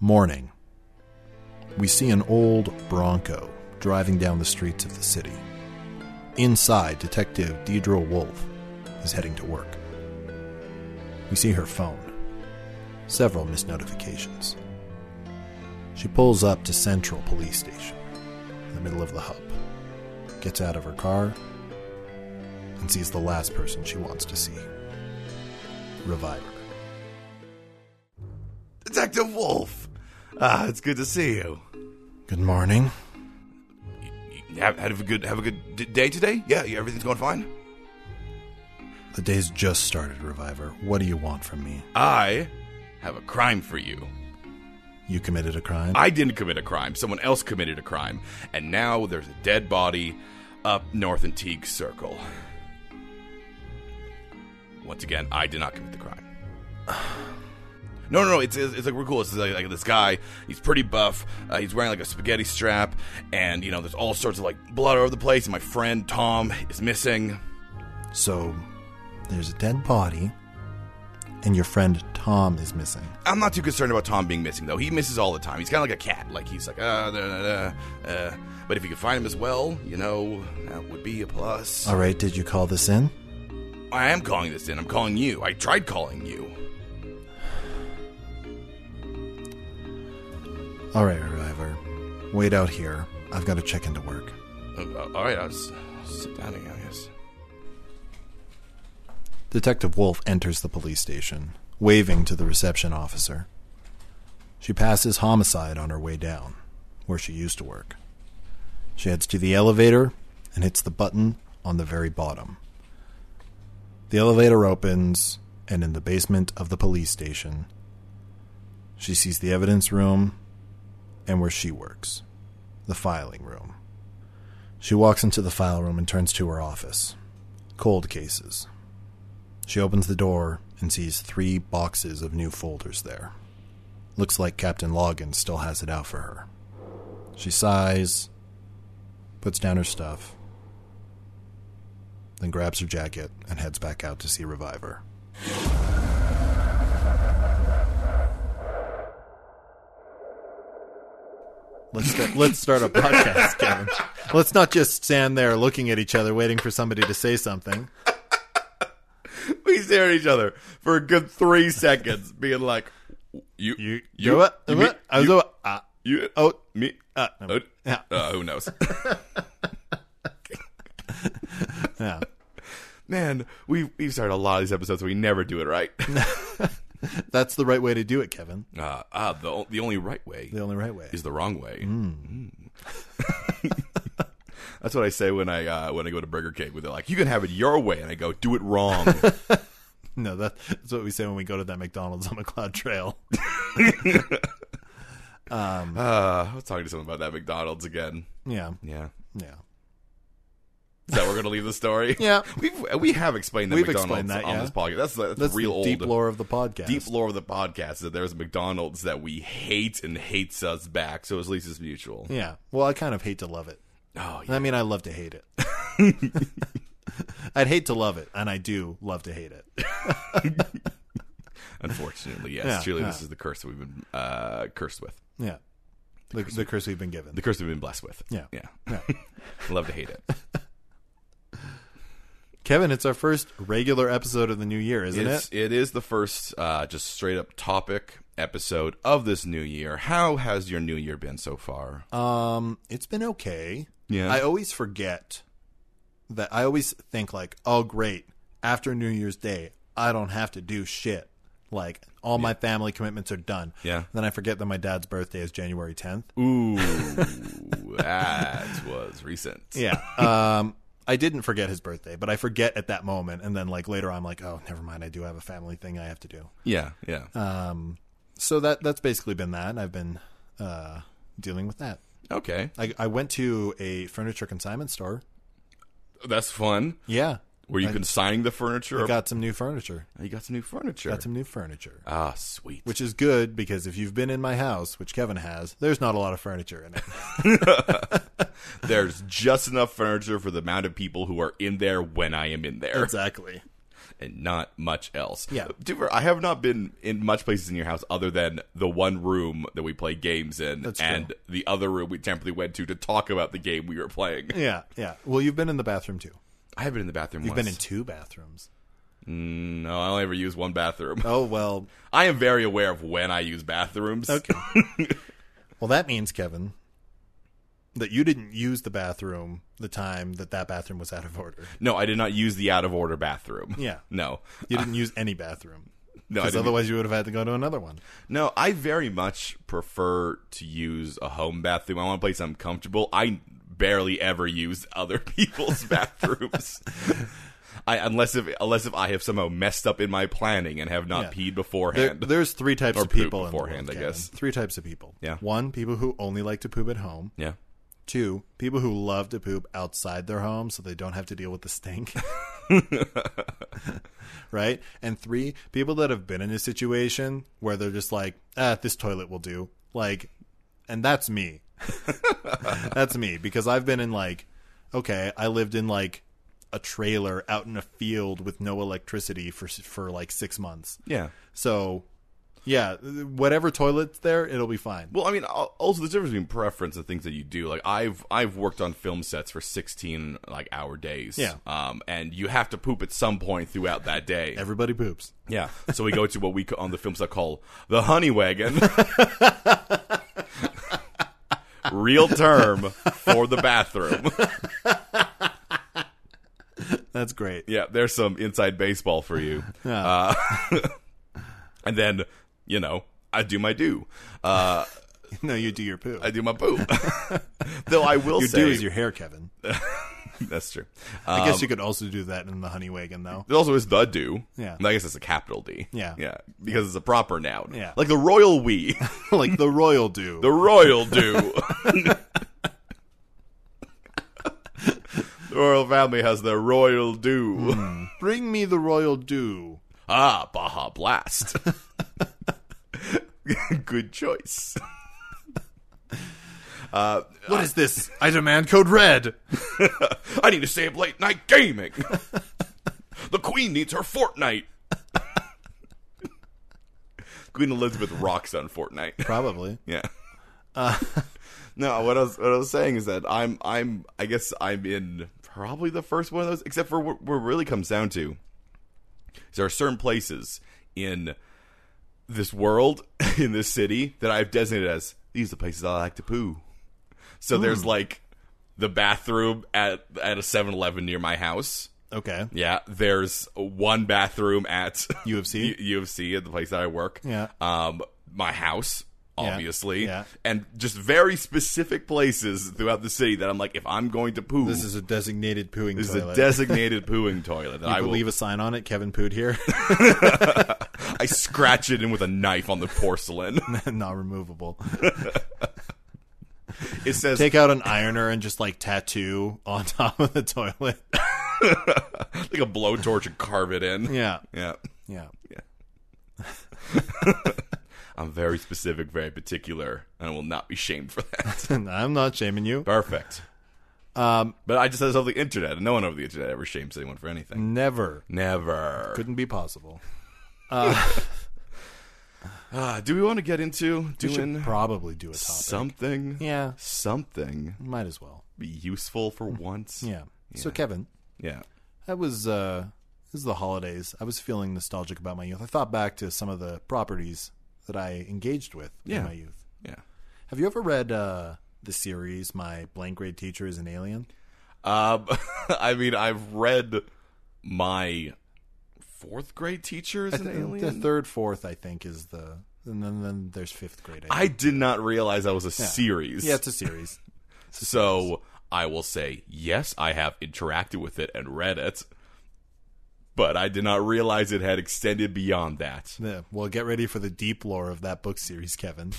Morning. We see an old Bronco driving down the streets of the city. Inside, Detective Deidre Wolf is heading to work. We see her phone, several missed notifications. She pulls up to Central Police Station, in the middle of the hub, gets out of her car, and sees the last person she wants to see Reviver. Detective Wolf! Ah, it's good to see you. Good morning. Have, have a good have a good d- day today. Yeah, yeah, everything's going fine. The day's just started, Reviver. What do you want from me? I have a crime for you. You committed a crime? I didn't commit a crime. Someone else committed a crime, and now there's a dead body up north in Teague Circle. Once again, I did not commit the crime. No, no, no. It's, it's, it's like we're cool. It's like, like this guy. He's pretty buff. Uh, he's wearing like a spaghetti strap, and you know, there's all sorts of like blood all over the place. And my friend Tom is missing. So, there's a dead body, and your friend Tom is missing. I'm not too concerned about Tom being missing though. He misses all the time. He's kind of like a cat. Like he's like uh, da, da, da, uh. But if you could find him as well, you know, that would be a plus. All right, did you call this in? I am calling this in. I'm calling you. I tried calling you. All right, Reviver. Wait out here. I've got to check into work. Uh, all right, I'll s- sit down again, I guess. Detective Wolf enters the police station, waving to the reception officer. She passes homicide on her way down, where she used to work. She heads to the elevator and hits the button on the very bottom. The elevator opens, and in the basement of the police station, she sees the evidence room and where she works the filing room. She walks into the file room and turns to her office. Cold cases. She opens the door and sees three boxes of new folders there. Looks like Captain Logan still has it out for her. She sighs, puts down her stuff, then grabs her jacket and heads back out to see Reviver. Let's start, let's start a podcast, Kevin. Let's not just stand there looking at each other, waiting for somebody to say something. We stare at each other for a good three seconds, being like, "You, You, you, you what? you, what? I was you, uh, what? Ah, you, oh, me, uh, uh, yeah. uh, who knows?" yeah. Man, we we've started a lot of these episodes. We never do it right. That's the right way to do it, Kevin. Uh, ah, the o- the only right way The only right way. is the wrong way. Mm. That's what I say when I uh, when I go to Burger King. Where they're like, "You can have it your way," and I go, "Do it wrong." No, that, that's what we say when we go to that McDonald's on McLeod Trail. uh, I was talking to someone about that McDonald's again. Yeah, Yeah, yeah, is that we're gonna leave the story? yeah. We've, we have explained that We've McDonald's explained that, on yeah. this podcast. That's, that's, That's real the old deep lore of the podcast. deep lore of the podcast is that there's a McDonald's that we hate and hates us back. So at least it's mutual. Yeah. Well, I kind of hate to love it. Oh yeah. I mean, I love to hate it. I'd hate to love it, and I do love to hate it. Unfortunately, yes. Yeah, Surely this yeah. is the curse that we've been uh, cursed with. Yeah. The, the curse we've been given. The curse that we've been blessed with. Yeah. Yeah. Yeah. Love to hate it. Kevin, it's our first regular episode of the new year, isn't It's, it? it is the first uh, just straight up topic episode of this new year. How has your new year been so far? Um, it's been okay. Yeah. I always forget that I always think like, oh great, after New Year's Day, I don't have to do shit. Like all my family commitments are done. Yeah. Then I forget that my dad's birthday is January 10th. Ooh, that was recent. Yeah. um I didn't forget his birthday, but I forget at that moment and then like later I'm like, oh, never mind, I do have a family thing I have to do. Yeah. Yeah. Um so that that's basically been that. I've been uh dealing with that. okay. I I went to a furniture consignment store. That's fun. Yeah. Were you consigning the furniture? I Or got some new furniture. you got some new furniture. Got some new furniture. ah, sweet. which is good because if you've been in my house, which Kevin has, there's not a lot of furniture in it. There's just enough furniture for the amount of people who are in there when I am in there. exactly. and not much else. Yeah. Duper, I have not been in much places in your house other than the one room that we play games in That's true. and the other room we temporarily went to to talk about the game we were playing. Yeah, yeah. Well, you've been in the bathroom too. I have been in the bathroom You've once. been in two bathrooms. No, I only ever use one bathroom. Oh well. I am very aware of when I use bathrooms. Okay. well, that means Kevin that you didn't use the bathroom the time that that bathroom was out of order. No, I did not use the out of order bathroom. Yeah. No. You didn't use any bathroom. No, I Because didn't. e- otherwise, you would have had to go to another one. No, I very much prefer to use a home bathroom. I want a place I'm comfortable. I barely ever use other people's bathrooms. I unless if unless if I have somehow messed up in my planning and have not Yeah. peed There, beforehand. there's three types Or of poop people in the world, beforehand, I Kevin. guess. Three types of people. Yeah. One, people who only like to poop at home. yeah. Two, people who love to poop outside their home so they don't have to deal with the stink. right? And three, people that have been in a situation where they're just like, ah, this toilet will do. Like, and that's me. that's me because I've been in like, okay, I lived in like a trailer out in a field with no electricity for for like six months. Yeah. So, yeah, whatever toilet's there, it'll be fine. Well, I mean, al- also the difference between preference and things that you do. Like I've I've worked on film sets for sixteen like hour days. Yeah. Um, and you have to poop at some point throughout that day. Everybody poops. Yeah. So we go to what we ca- on the film set call the honey wagon. Real term for the bathroom. That's great. Yeah, there's some inside baseball for you. Uh, and then, you know, I do my do. Uh, No, you do your poo. I do my poop. Though I will your say do is your hair, Kevin. that's true. I Um, guess you could also do that in the honey wagon, though. It also is the do. Yeah. And I guess it's a capital D. Yeah. Yeah. Because it's a proper noun. Yeah. Like the royal we. like the royal do. The royal do. the royal family has the royal do. Bring me the royal do. Hmm. Ah, Baja Blast. Good choice. What is this? I demand code red. I need to save late night gaming. the Queen needs her Fortnite. Queen Elizabeth rocks on Fortnite. Probably. Yeah. no, what I was what I was saying is that I'm I'm I guess I'm in probably the first one of those, except for what, what it really comes down to. is There are certain places in this world, in this city, that I've designated as these are the places I like to poo. So there's like the bathroom at at a 7-Eleven near my house. Okay. Yeah, there's one bathroom at U of C? U of C at the place that I work. Yeah. Um, my house, obviously. Yeah. And just very specific places throughout the city that I'm like, if I'm going to poo, This is a designated pooing this is toilet. a designated pooing toilet that I I will leave a sign on it. Kevin pooed here. I scratch it in with a knife on the porcelain. Not removable. It says Take out an ironer and just like tattoo on top of the toilet. like a blowtorch and carve it in. Yeah. Yeah. Yeah. I'm very specific, very particular, and I will not be shamed for that. I'm not shaming you. Perfect. Um, but I just said this over the internet, and no one over the internet ever shames anyone for Mm. anything. Never. Never. Couldn't be possible. Uh, do we want to get into We should doing probably do a topic. something? Yeah. Something Might as well. be useful for once. Mm. Yeah. So Kevin, Yeah. I was uh this is the holidays. I was feeling nostalgic about my youth. I thought back to some of the properties that I engaged with Yeah. in my youth. Yeah. Have you ever read uh the series My Blank Grade Teacher is an Alien? Um, I mean, I've read my fourth grade teacher is an alien. The third, fourth, I think, is the and then, then there's fifth grade. I think. I did not realize that was a series. yeah, it's a series. so I will say yes, I have interacted with it and read it, but I did not realize it had extended beyond that. yeah. Well, get ready for the deep lore of that book series, Kevin.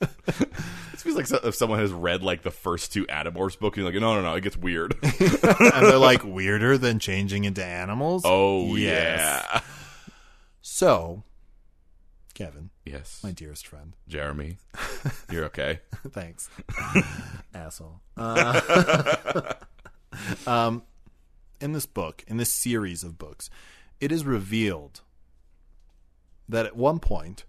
It feels like so- if someone has read like the first two Adam Orse books, you're like, no, no, no, it gets weird. and they're like weirder than changing into animals. oh Yes. yeah, So, Kevin, yes. my dearest friend, Jeremy, you're okay. Thanks, asshole. Uh, um, in this book, in this series of books, it is revealed that at one point,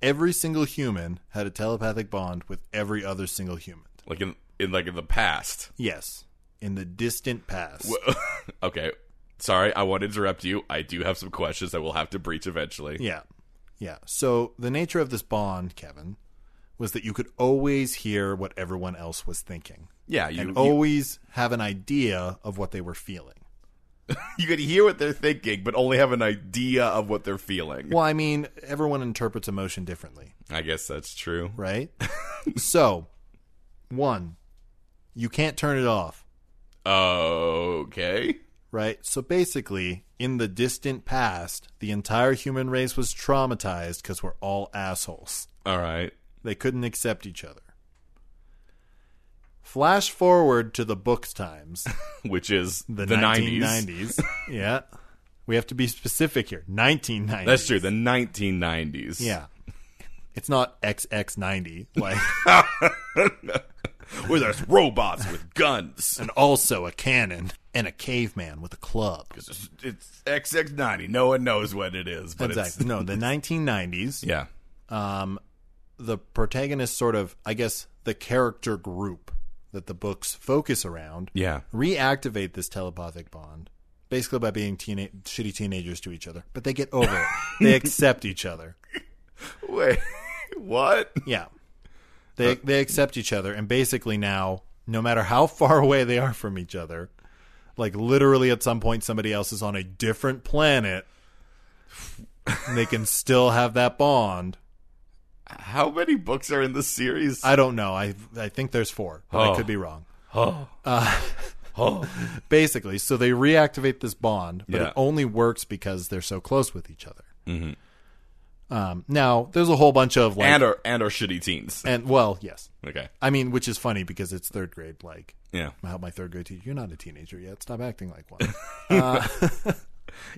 every single human had a telepathic bond with every other single human. Like in in like in the past. Yes, in the distant past. okay. Sorry, I won't interrupt you. I do have some questions that we'll have to breach eventually. Yeah. Yeah. So the nature of this bond, Kevin, was that you could always hear what everyone else was thinking Yeah, you and oh- you, always have an idea of what they were feeling. you could hear what they're thinking, but only have an idea of what they're feeling. Well, I mean, everyone interprets emotion differently, I guess that's true. right? so, one, you can't turn it off, Okay. right? So basically, in the distant past, the entire human race was traumatized because we're all assholes. All right. They couldn't accept each other. Flash forward to the book's times, Which is the, the, 90s. 1990s. yeah. We have to be specific here. 1990s. That's true. The 1990s. Yeah. It's not XX90, like, Where there's robots with guns. and also a cannon and a caveman with a club. It's, it's XX90. No one knows what it is, but Exactly. No, the 1990s, it's. Yeah. um, the protagonist sort of, I guess, the character group that the books focus around Yeah. reactivate this telepathic bond basically by being teena- shitty teenagers to each other but they get over it they accept each other Wait. What? yeah Uh, they they accept each other and basically now no matter how far away they are from each other like literally at some point somebody else is on a different planet and they can still have that bond How many books are in the series? i don't know i i think there's four but Oh. i could be wrong oh. Uh, oh. basically so they reactivate this bond but Yeah. Mm-hmm. it only works because they're so close with each other um, now there's a whole bunch of like and our and our shitty teens. and- well yes Okay. i mean which is funny because it's third grade like Yeah. I help my third grade teacher you're not a teenager yet stop acting like one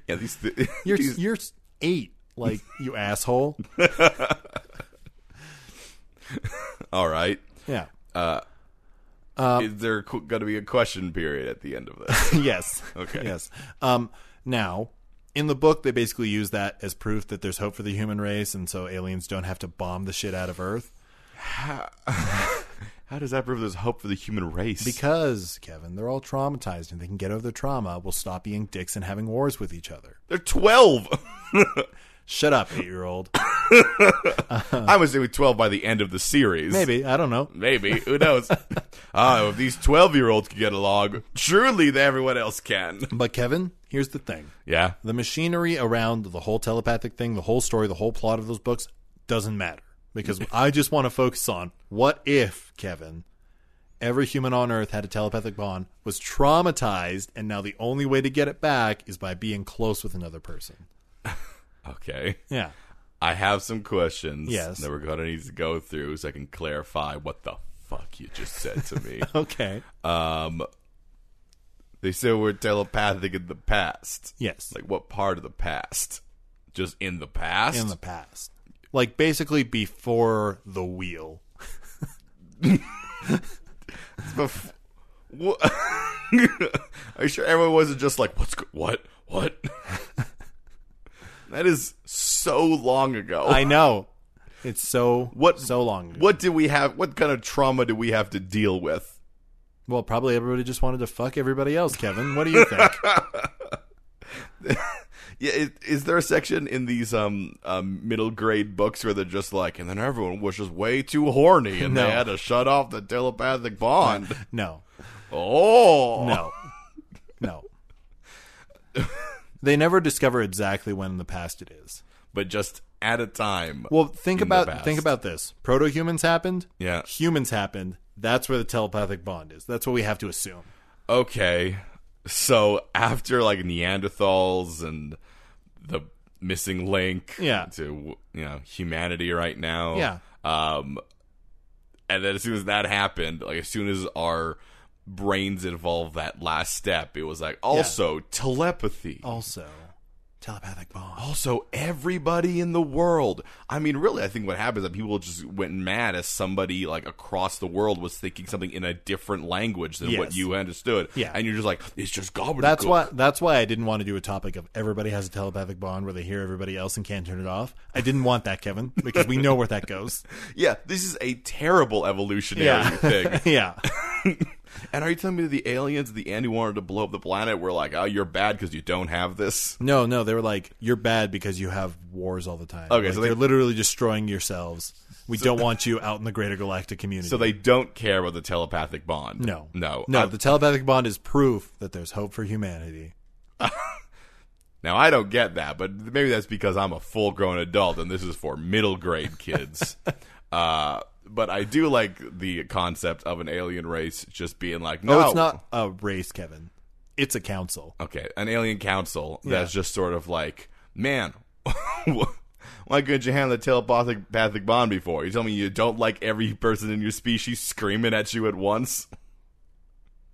Yeah. These. Th- you're these- you're eight like you asshole all right. yeah Uh, is there qu- going to be a question period at the end of this? yes Okay. yes um, now in the book they basically use that as proof that there's hope for the human race and so aliens don't have to bomb the shit out of earth How does that prove there's hope for the human race? Because, Kevin, they're all traumatized and they can get over their trauma, we'll stop being dicks and having wars with each other. they're twelve. Shut up, eight year old. I'm assuming twelve by the end of the series. Uh. Maybe, I don't know. Maybe. Who knows? oh, if these twelve-year-olds can get along, surely that everyone else can. But, Kevin, here's the thing Yeah. the machinery around the whole telepathic thing, the whole story, the whole plot of those books doesn't matter. Because I just want to focus on what if, Kevin, every human on Earth had a telepathic bond, was traumatized, and now the only way to get it back is by being close with another person. Okay. Yeah. I have some questions. Yes. That we're going to need to go through so I can clarify what the fuck you just said to me. Okay. um. They said we're telepathic in the past. Yes. Like what part of the past? Just in the past? in the past. Like basically before the wheel. Bef- wha- Are you sure everyone wasn't just like, what's go- what? What? that is so long ago. I know. It's so What- so long. ago. what did we have? What kind of trauma do we have to deal with? Well, probably everybody just wanted to fuck everybody else, Kevin. What do you think? Yeah, is, is there a section in these um, um middle grade books where they're just like, and then everyone was just way too horny and No. they had to shut off the telepathic bond? no. oh, No. No. They never discover exactly when in the past it is. but just at a time. Well, think In the about past. think about this. Proto-humans happened? Yeah. Humans happened. That's where the telepathic bond is. That's what we have to assume. okay so after like neanderthals and the missing link Yeah. to you know humanity right now Yeah. um and then as soon as that happened like as soon as our brains involved that last step it was like also telepathy Also, Telepathic bond. Also, everybody in the world. I mean, really, I think what happens is that people just went mad as somebody like across the world was thinking something in a different language than what Yes. you understood. Yeah. and you're just like, it's just gobbledygook. That's why. That's why I didn't want to do a topic of everybody has a telepathic bond where they hear everybody else and can't turn it off. I didn't want that, Kevin, because we know where that goes. Yeah, this is a terrible evolutionary Yeah. thing. yeah. And are you telling me that the aliens, at the end who wanted to blow up the planet, were like, "Oh, you're bad because you don't have this." No, no. They were like, "You're bad because you have wars all the time. Okay, Like, so they- you're literally destroying yourselves. We don't want you out in the greater galactic community." So they don't care about the telepathic bond. no, no, no. I- the telepathic bond is proof that there's hope for humanity. Now I don't get that, but maybe that's because I'm a full grown adult and this is for middle grade kids. uh, but I do like the concept of an alien race just being like, no, Oh, it's not a race, Kevin. It's a council. Okay, an alien council that's just sort of like, man, why couldn't you handle the telepathic pathic bond before? You tell me you don't like every person in your species screaming at you at once.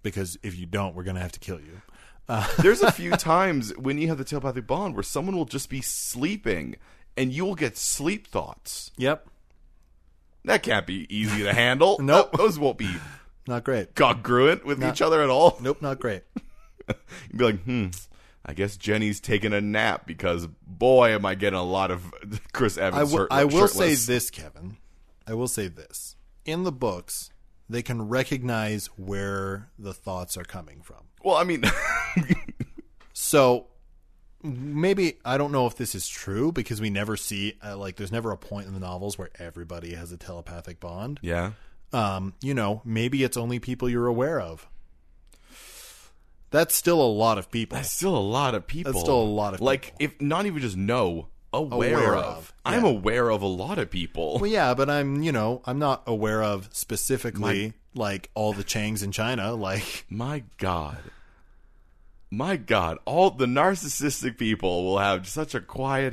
Because if you don't, we're gonna have to kill you. There's a few times when you have the telepathic bond where someone will just be sleeping and you will get sleep thoughts. Yep. That can't be easy to handle. Nope. Th- Those won't be Not great. congruent with each other at all. Nope. Not great. You'd be like, hmm, I guess Jenny's taking a nap because boy, am I getting a lot of Chris Evans I will, shirtless- I will say shirtless. this, Kevin. I will say this. In the books, they can recognize where the thoughts are coming from. Well, I mean, So maybe I don't know if this is true because we never see uh, like there's never a point in the novels where everybody has a telepathic bond. yeah. Um, you know, maybe it's only people you're aware of. That's still a lot of people. That's still a lot of people. That's still a lot of Like, if not even just know, aware, Aware of. of, I'm yeah. aware of a lot of people. Well, yeah, but I'm, you know, I'm not aware of specifically like all the Changs in China. Like, My God. My God, all the narcissistic people will have such a quiet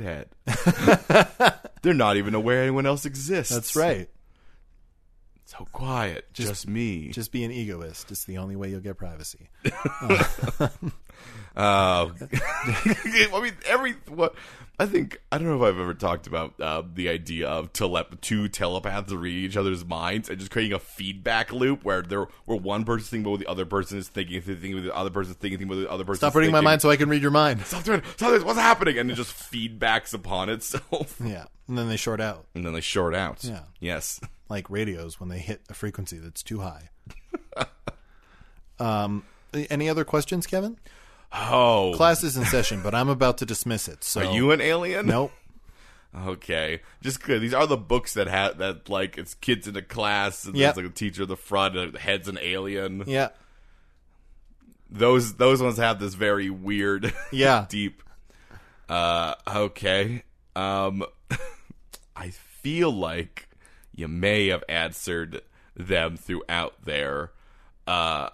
head. They're not even aware anyone else exists. that's right. So quiet, just, me. Just be an egoist. It's the only way you'll get privacy. Uh, I mean, every what I think I don't know if I've ever talked about uh, the idea of telep- two telepaths reading each other's minds and just creating a feedback loop where there where one person's thinking about what the other person is thinking, thinking what the other person's thinking, thinking what the other person. Stop reading my mind so I can read your mind. Stop doing. it. Stop this. What's happening? And it just feedbacks upon itself, Yeah. And then they short out, and then they short out. Yeah. Yes. like radios when they hit a frequency that's too high. um, any other questions, Kevin? Oh, Class is in session, but I'm about to dismiss it. So are you an alien? Nope. Okay, just good. These are the books that have that like it's kids in a class and Yep. there's like a teacher at the front and the head's an alien. Yeah. Those those ones have this very weird, Yeah. deep. Uh, okay. Um, I feel like you may have answered them throughout there. Uh.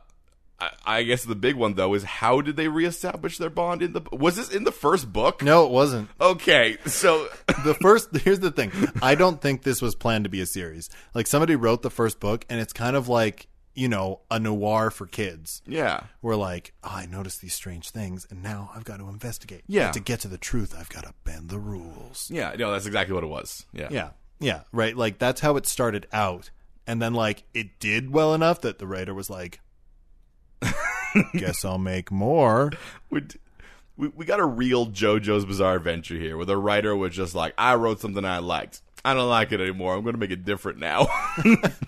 I- I guess the big one though is how did they reestablish their bond in the was this in the first book? No, it wasn't. Okay, so The first, here's the thing. I don't think this was planned to be a series. Like, somebody wrote the first book, and it's kind of like, you know, a noir for kids. yeah, We're like, "Oh, I noticed these strange things, and now I've got to investigate. Yeah. But to get to the truth, I've got to bend the rules. yeah, no, that's exactly what it was. Yeah, Yeah, yeah, right. Like that's how it started out, and then like it did well enough that the writer was like, "Guess I'll make more." We'd- we we got a real JoJo's Bizarre Adventure here, where the writer was just like, "I wrote something I liked. I don't like it anymore. I'm going to make it different now."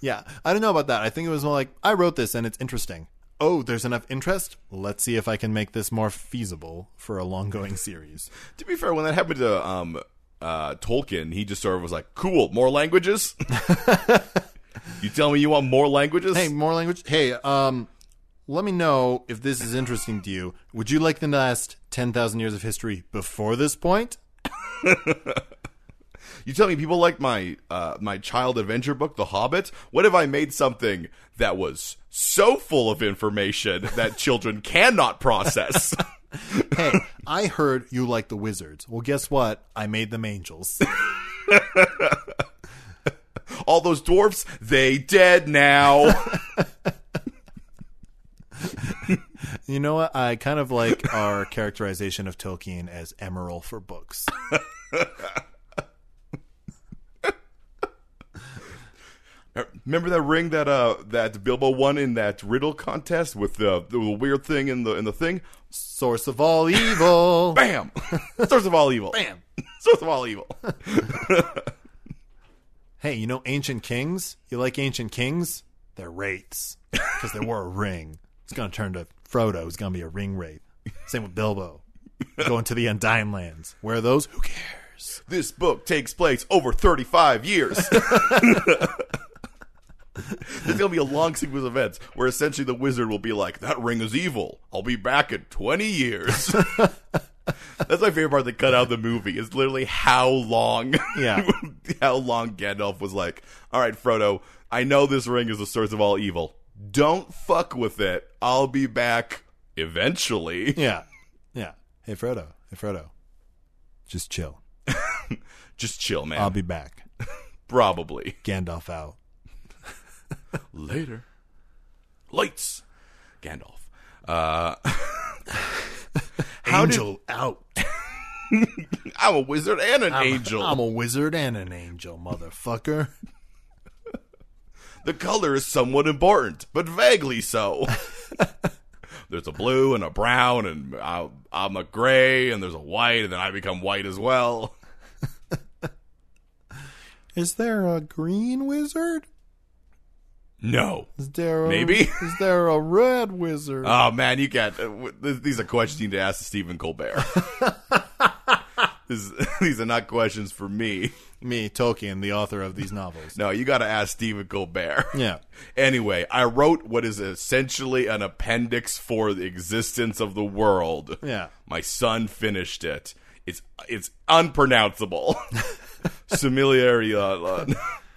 Yeah, I don't know about that. I think it was more like I wrote this and it's interesting. Oh, there's enough interest. Let's see if I can make this more feasible for a long going series. to be fair, when that happened to um uh Tolkien, he just sort of was like, "Cool, more languages." you tell me you want more languages? hey, more language. Hey, um, let me know if this is interesting to you. Would you like the last ten thousand years of history before this point? You tell me people like my uh, my child adventure book, The Hobbit. What if I made something that was so full of information that children cannot process? Hey, I heard you like the wizards. Well, guess what? I made them angels. All those dwarfs, they dead now. You know what? I kind of like our characterization of Tolkien as emerald for books. Uh, Remember that ring that uh that Bilbo won in that riddle contest with the the weird thing in the in the thing? Source of all evil. Bam! Source of all evil. Bam! Source of all evil. Hey, you know ancient kings? You like ancient kings? They're wraiths because they wore a ring. It's gonna turn to Frodo. It's gonna be a ring wraith. Same with Bilbo. Going to the Undying Lands. Where are those? Who cares? This book takes place over 35 years. There's going to be a long sequence of events where essentially the wizard will be like, that ring is evil. I'll be back in 20 years. That's my favorite part they cut out of the movie is literally how long, Yeah. how long Gandalf was like, all right, Frodo, I know this ring is the source of all evil. Don't fuck with it. I'll be back eventually. Yeah, yeah. Hey Frodo. Hey Frodo. Just chill. Just chill, man. I'll be back. Probably. Gandalf out. Later. Lights. Gandalf. Uh, How did- angel out. I'm a wizard and an angel. I'm a wizard and an angel, motherfucker. The color is somewhat important, but vaguely so. there's a blue and a brown, and I, I'm a gray, and there's a white, and then I become white as well. Is there a green wizard? No. Is there a, Maybe. Is there a red wizard? Oh man, you can't. uh, w- th- These are questions you need to ask Stephen Colbert. This- these are not questions for me. Me, Tolkien, the author of these novels. No, you got to ask Stephen Colbert. Yeah. Anyway, I wrote what is essentially an appendix for the existence of the world. Yeah. My son finished it. It's it's unpronounceable. Similarity, uh, uh,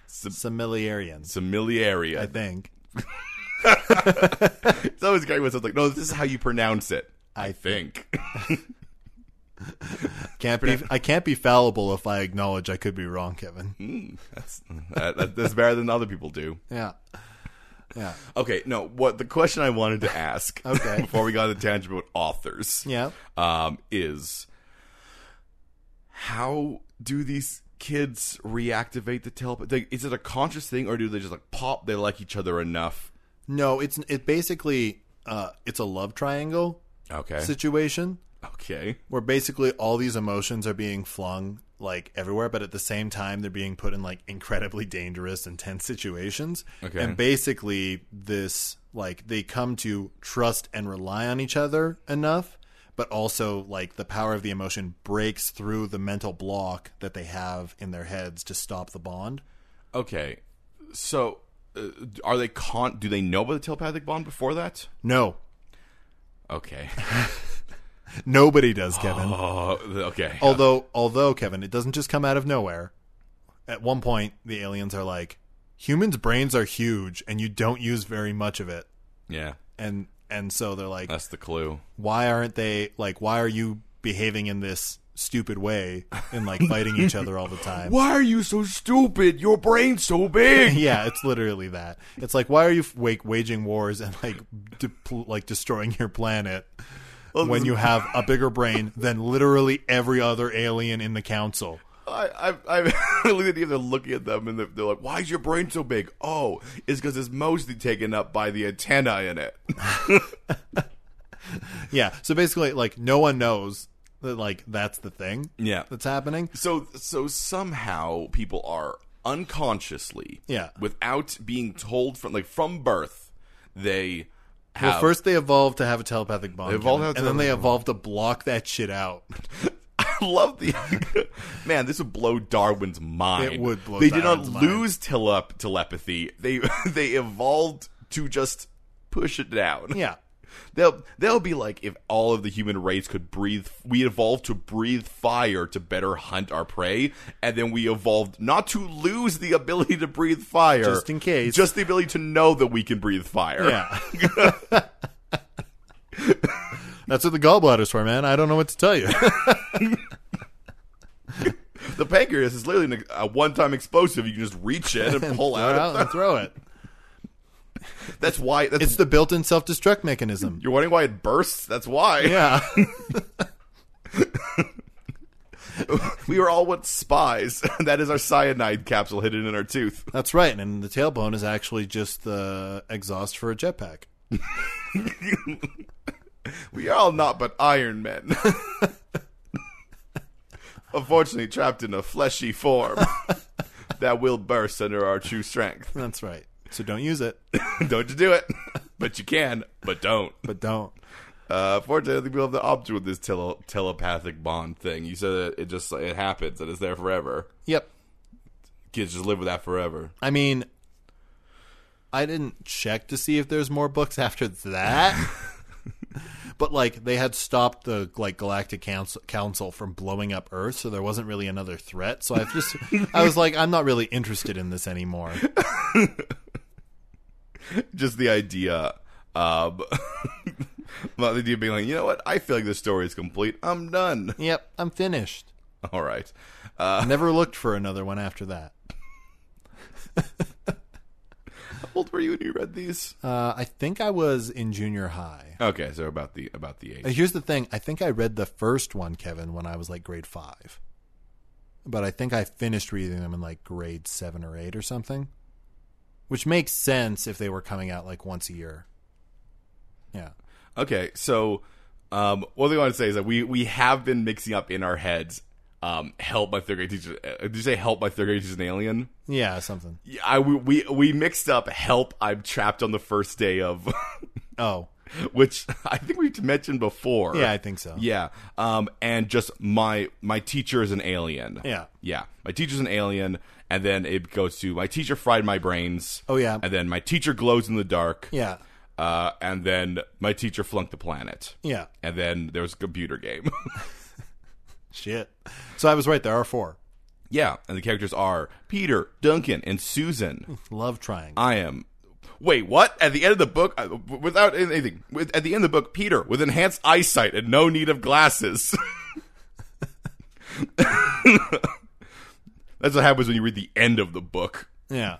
Similarians, I similaria. think. It's always great when someone's like, "No, this is how you pronounce it." I, I think. Can't be I can't be fallible if I acknowledge I could be wrong, Kevin. that's, that, that- that's better than other people do. Yeah. Yeah. Okay, no. What the question I wanted to ask Okay. before we got on the tangent about authors, Yeah. um, is how do these kids reactivate the telepathy? Like, is it a conscious thing, or do they just like pop? They like each other enough. No, it's it basically uh it's a love triangle Okay. situation okay. where basically all these emotions are being flung like everywhere, but at the same time they're being put in like incredibly dangerous, intense situations. Okay. And basically this like they come to trust and rely on each other enough, but also like the power of the emotion breaks through the mental block that they have in their heads to stop the bond. Okay, so uh, are they con? Do they know about the telepathic bond before that? No. Okay. Nobody does, Kevin. Oh, okay. Although, although Kevin, it doesn't just come out of nowhere. At one point, the aliens are like, "Humans' brains are huge, and you don't use very much of it." Yeah, And and so they're like, that's the clue. "Why aren't they like? Why are you behaving in this stupid way and like fighting each other all the time?" Why are you so stupid? Your brain's so big. Yeah, it's literally that. It's like, why are you wake waging wars and like de- like destroying your planet when you have a bigger brain than literally every other alien in the council? I, I, I look at the they're looking at them and they're, they're like, "Why is your brain so big?" Oh, it's because it's mostly taken up by the antenna in it. Yeah. So basically, like no one knows that like that's the thing Yeah. that's happening. So, so somehow people are unconsciously, Yeah. without being told from like from birth, they have Well, first they evolved to have a telepathic bond, evolved to Kevin, have and then they evolved to block that shit out. I love the man. This would blow Darwin's mind. It would blow They did Darwin's not mind. lose telep- telepathy. They they evolved to just push it down. Yeah. They'll they'll be like if all of the human race could breathe. We evolved to breathe fire to better hunt our prey, and then we evolved not to lose the ability to breathe fire, Just in case. just the ability to know that we can breathe fire. Yeah. That's what the gallbladder's for, man. I don't know what to tell you. The pancreas is literally an- a one-time explosive. You can just reach in and pull Throw out. it out and throw it. That's why. That's, It's the built-in self-destruct mechanism. you're wondering why it bursts. That's why. Yeah. we were all once spies. that is our cyanide capsule hidden in our tooth. That's right. And the tailbone is actually just the exhaust for a jetpack. We are all not but Iron Men. Unfortunately, trapped in a fleshy form that will burst under our true strength. That's right. So don't use it, don't you do it. But you can, but don't. but don't. Uh, fortunately, I think people have the option with this tele- telepathic bond thing. You said that it just it happens and it's there forever. Yep. Kids just live with that forever. I mean, I didn't check to see if there's more books after that. but like they had stopped the like galactic council, council from blowing up earth so there wasn't really another threat so i've just i was like i'm not really interested in this anymore just the idea um well, the idea of being like you know what i feel like this story is complete i'm done yep i'm finished all right uh never looked for another one after that how old were you when you read these uh, i think i was in junior high okay so about the about the Uh, age Here's the thing. I think I read the first one, Kevin, when I was like grade five. But I think I finished reading them in like grade seven or eight or something. Which makes sense if they were coming out like once a year. Yeah. okay so um one thing i want to say is that we we have been mixing up in our heads um help my third grade teacher uh, did you say help my third grade teacher's an alien Yeah, something. Yeah, i we we, we mixed up help i'm trapped on the first day of Oh. which i think we've mentioned before Yeah, I think so. Yeah. Um, and just my my teacher is an alien. Yeah. Yeah. My teacher's an alien, and then it goes to my teacher fried my brains. Oh, yeah. And then my teacher glows in the dark. Yeah. Uh, and then my teacher flunked the planet. Yeah. And then there was a computer game. Shit. So I was right. There are four. yeah. And the characters are Peter, Duncan, and Susan. Love triangle. I am. Wait, what? At the end of the book, uh, without anything, with, at the end of the book, Peter with enhanced eyesight and no need of glasses. That's what happens when you read the end of the book. Yeah.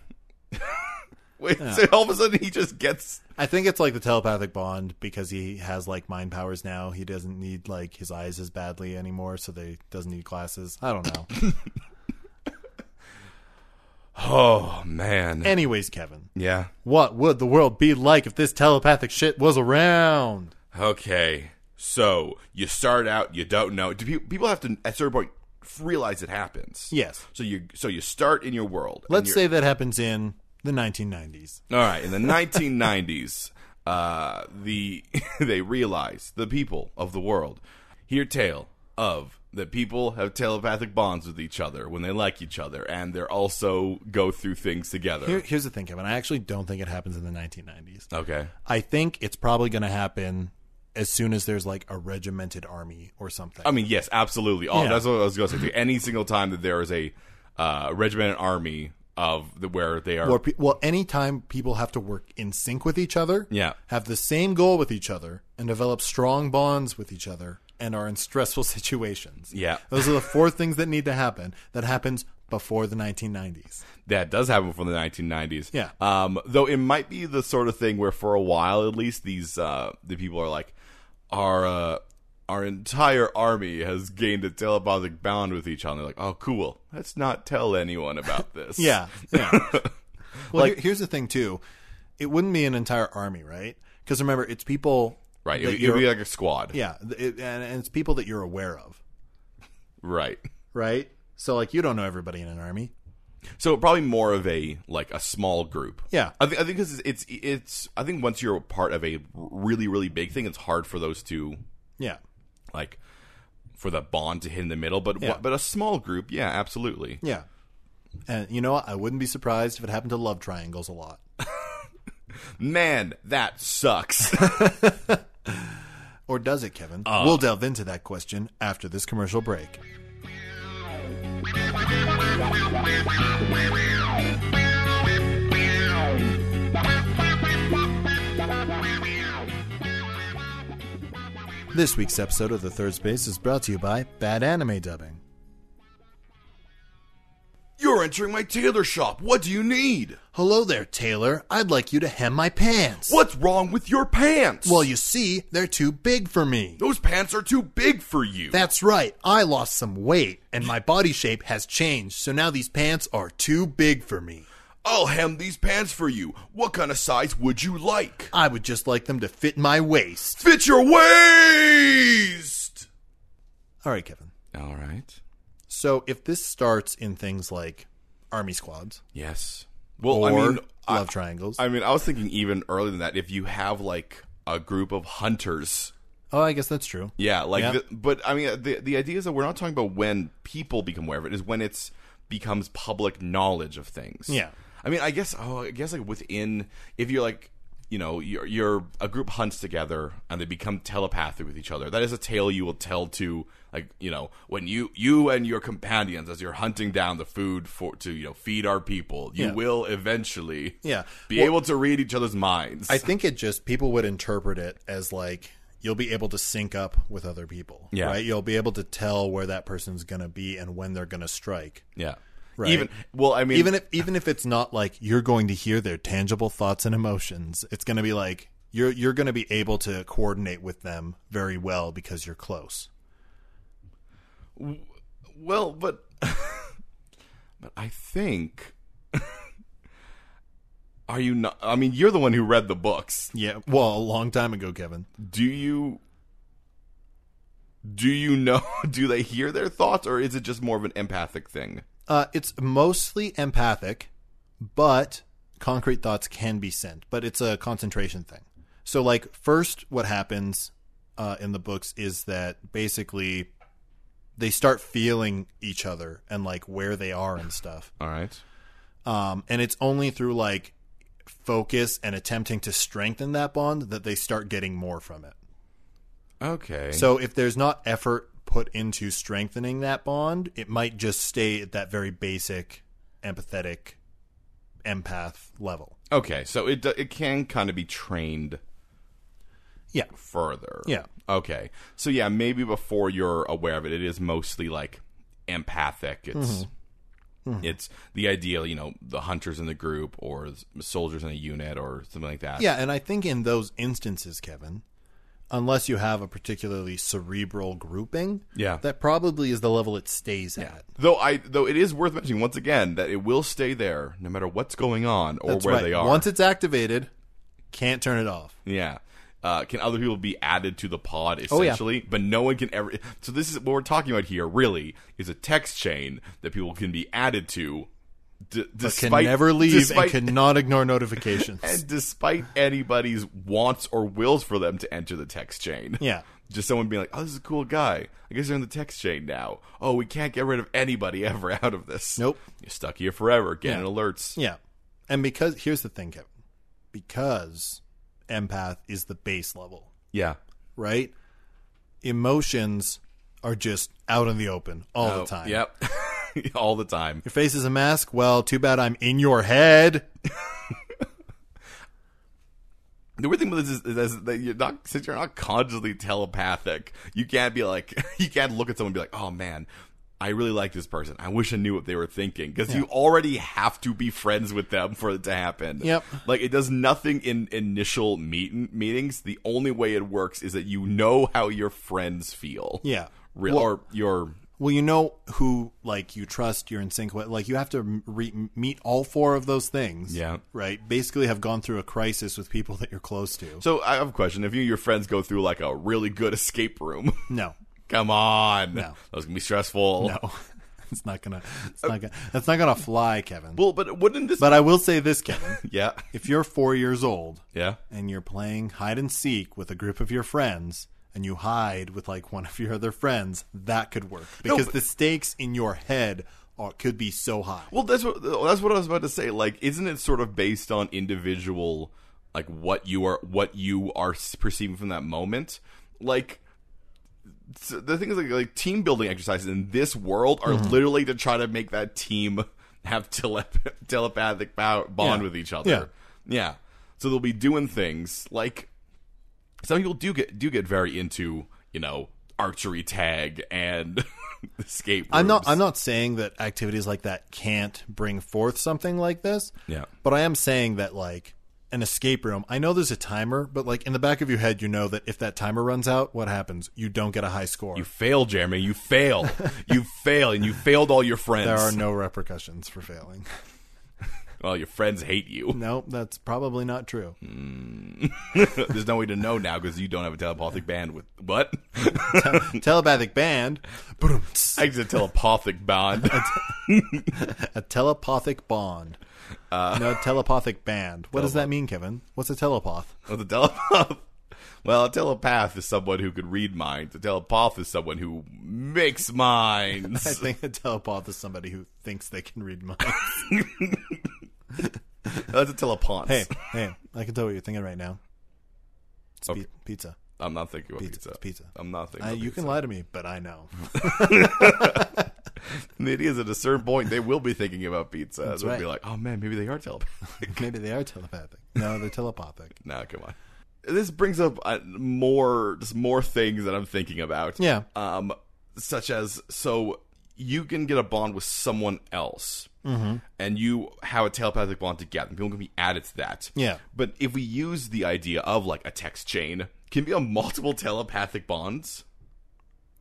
Wait, so all of a sudden he just gets. I think it's like the telepathic bond because he has like mind powers now. He doesn't need like his eyes as badly anymore, so they doesn't need glasses. I don't know. Oh man. Anyways, Kevin. yeah. What would the world be like if this telepathic shit was around? Okay. So you start out, you don't know. Do people, people have to at a certain point realize it happens? Yes. So you so you start in your world. and Let's you're- say that happens in the 1990s. All right, in the 1990s, uh, the they realize the people of the world hear tale of that people have telepathic bonds with each other when they like each other, and they're also go through things together. Here, here's the thing, Kevin. I actually don't think it happens in the 1990s. okay, I think it's probably going to happen as soon as there's like a regimented army or something. I mean yes, absolutely. All, Yeah. That's what I was going to say. too. Any single time that there is a uh, regimented army of the, where they are, or pe- well, anytime people have to work in sync with each other, Yeah. have the same goal with each other, and develop strong bonds with each other, and are in stressful situations. Yeah. those are the four things that need to happen. That happens before the 1990s. that does happen from the 1990s. Yeah. Um, though it might be the sort of thing where, for a while at least, these uh, the people are like, our uh, our entire army has gained a telepathic bond with each other. They're like, oh, cool. Let's not tell anyone about this. Yeah. yeah. well, here- here's the thing too. It wouldn't be an entire army, right? Because remember, it's people. Right. that It, it'd you're- be like a squad. yeah, th- it, and, and it's people that you're aware of, Right. right? So like, you don't know everybody in an army. So probably more of a like a small group. Yeah. I think I think because it's it's I think once you're a part of a really really big thing, it's hard for those two Yeah. like for the bond to hit in the middle. But Yeah. but a small group, yeah, absolutely. Yeah. And you know what? I wouldn't be surprised if it happened to love triangles a lot. Man, that sucks. Or does it, Kevin? we'll delve into that question after this commercial break. This week's episode of The Third Space is brought to you by Bad Anime Dubbing. You're You're entering my tailor shop. What do you need? Hello there, Taylor. I'd like you to hem my pants. What's wrong with your pants? Well, you see, they're too big for me. those pants are too big for you. That's right. I lost some weight and my body shape has changed, so now these pants are too big for me. I'll hem these pants for you. What kind of size would you like? I would just like them to fit my waist. Fit your waist! All right, Kevin. All right. So if this starts in things like army squads Yes. Well, or I mean, I, love triangles. I mean, I was thinking even earlier than that. If you have like a group of hunters, oh, I guess that's true. yeah, like, Yeah. The, but I mean, uh, the the idea is that we're not talking about when people become aware of it. Is when it's becomes public knowledge of things. Yeah. I mean, I guess, oh, I guess, like within, if you're like, you know, you're, you're a group hunts together and they become telepathic with each other. That is a tale you will tell to, like, you know, when you you and your companions as you're hunting down the food for to you know feed our people, you Yeah. will eventually, Yeah. be able to read each other's minds. I think it just people would interpret it as like you'll be able to sync up with other people. Yeah. Right? You'll be able to tell where that person's gonna be and when they're gonna strike. yeah, Right. Even well, I mean, Even if even if it's not like you're going to hear their tangible thoughts and emotions, it's gonna be like you're you're gonna be able to coordinate with them very well because you're close. Well, but but I think are you not I mean, you're the one who read the books. Yeah. Well, a long time ago, Kevin. Do you do you know do they hear their thoughts or is it just more of an empathic thing? Uh, it's mostly empathic, but concrete thoughts can be sent. But it's a concentration thing. So, like, first, what happens uh, in the books is that basically they start feeling each other and like where they are and stuff. All right. Um, and it's only through like focus and attempting to strengthen that bond that they start getting more from it. Okay. So if there's not effort put into strengthening that bond, it might just stay at that very basic empathetic empath level. okay, so it do- it can kind of be trained Yeah. further. Yeah. Okay. So yeah, maybe before you're aware of it, it is mostly like empathic. Mm-hmm. It's it's the idea, you know, the hunters in the group or s- soldiers in a unit or something like that. Yeah, and I think in those instances, Kevin, unless you have a particularly cerebral grouping, Yeah. that probably is the level it stays at. Though I though it is worth mentioning once again that it will stay there no matter what's going on or That's where right. they are. Once it's activated, can't turn it off. Yeah. Uh, can other people be added to the pod Oh, yeah. essentially? But no one can ever. So this is what we're talking about here. Really, is a text chain that people can be added to, d- But can despite never leave despite- and cannot ignore notifications. and despite anybody's wants or wills for them to enter the text chain. yeah. Just someone being like, "Oh, this is a cool guy. I guess they're in the text chain now. Oh, we can't get rid of anybody ever out of this. Nope. You're stuck here forever. Getting Yeah. alerts. Yeah. And because here's the thing, Kevin. Because empath is the base level, Yeah. right? Emotions are just out in the open all Oh, the time. Yep. all the time. Your face is a mask. Well, too bad I'm in your head. The weird thing about this is, is that you're not since you're not consciously telepathic, you can't be like you can't look at someone and be like, oh man, I really like this person. I wish I knew what they were thinking because you already have to be friends with them for it to happen. Yep. like it does nothing in initial meet- meetings. The only way it works is that you know how your friends feel. Yeah. Re- or your Well, you know who like you trust, you're in sync with. Like you have to re- meet all four of those things. Yeah. Right. Basically, have gone through a crisis with people that you're close to. so I have a question. If you and your friends go through like a really good escape room, No, come on, No. that was gonna be stressful. no, it's not gonna. It's Oh. not gonna. That's not gonna fly, Kevin. Well, but wouldn't this? But I will say this, Kevin. yeah, if you're four years old yeah. and you're playing hide and seek with a group of your friends and you hide with like one of your other friends, that could work because but- the stakes in your head are, could be so high. Well, that's what that's what I was about to say. Like, isn't it sort of based on individual, like what you are what you are s- perceiving from that moment? Like, s- the thing is, like, like team building exercises in this world are Mm-hmm. literally to try to make that team have telep- telepathic pow- bond Yeah. with each other. Yeah. So they'll be doing things like some people do get do get very into you know archery tag and escape. I'm not. rooms. I'm not saying that activities like that can't bring forth something like this. Yeah. But I am saying that like an escape room. I know there's a timer, but like in the back of your head, you know that if that timer runs out, what happens? You don't get a high score. You fail, Jeremy. You fail. you fail, and you failed all your friends. there are no repercussions for failing. well, your friends hate you. No, that's probably not true. There's no way to know now because you don't have a telepathic bandwidth. What? Telepathic band, Boom. I just said telepathic bond. a telepathic bond. no Uh. telepathic band. What does that mean, Kevin? What's a telepath? With a telepath. Well, a telepath is someone who could read minds. A telepath is someone who makes minds. I think a telepath is somebody who thinks they can read minds. That's a telepath. hey, hey, I can tell what you're thinking right now. It's Okay. pi- pizza. I'm not thinking about Pizza, pizza. it's pizza. I'm not thinking. Uh, about you pizza. can lie to me, but I know. The idea is at a certain point they will be thinking about pizza. That's right. Be like, oh man, maybe they are telepathic. Maybe they are telepathic. No, they're telepathic. nah, come on. This brings up uh, more, just more things that I'm thinking about. Yeah. um, such as so you can get a bond with someone else, Mm-hmm. and you have a telepathic bond together. People can be added to that. Yeah. But if we use the idea of like a text chain, can be on multiple telepathic bonds,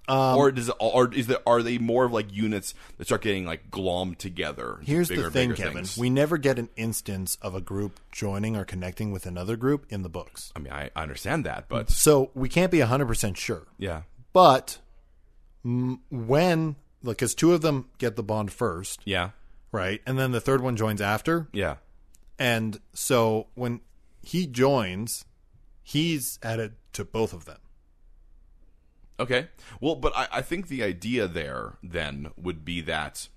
Um, or does or is there are they more of like units that start getting like glommed together? into Here's bigger the and thing, bigger Kevin. things? We never get an instance of a group joining or connecting with another group in the books. I mean, I, I understand that, but So we can't be 100% sure. yeah, But m- when, because two of them get the bond first, yeah, right? And then the third one joins after. yeah. And so when he joins, he's added to both of them. Okay. Well, but I, I think the idea there then would be that,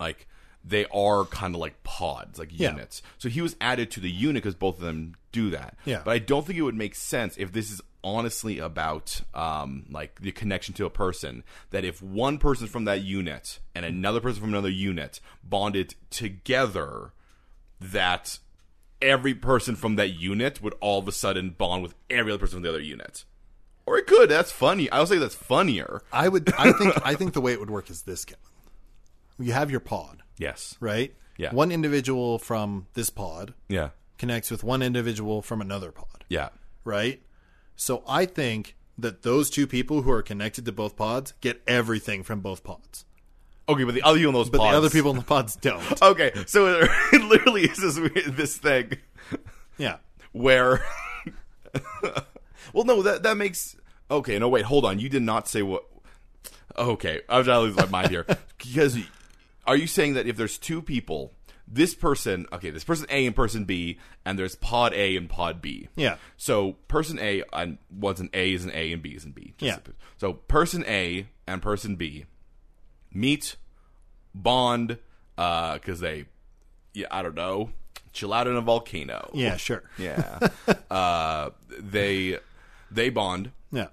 like, they are kind of like pods, like Yeah. units. So he was added to the unit because both of them do that. Yeah. But I don't think it would make sense if this is honestly about um like the connection to a person that if one person from that unit and another person from another unit bonded together that every person from that unit would all of a sudden bond with every other person from the other unit. Or it could. That's funny. I would say that's funnier. I would, I think, I think the way it would work is this, Kevin. You have your pod, Yes. right? Yeah. One individual from this pod Yeah. connects with one individual from another pod, Yeah. right? So I think that those two people who are connected to both pods get everything from both pods. Okay, but the other people in those But pods. the other people in the pods don't. Okay, so it it literally is this weird- this thing Yeah. where. well, no, that that makes. Okay, no, wait, hold on. You did not say what. Okay, I'm trying to lose my mind here because are you saying that if there's two people, this person, okay, this person A and person B, and there's pod A and pod B, Yeah. So person A and what's an A is an A and B is an B. Just- Yeah. So person A and person B meet, bond, because they, yeah, I don't know, chill out in a volcano. Yeah, sure. Yeah. uh, they they bond. Yeah.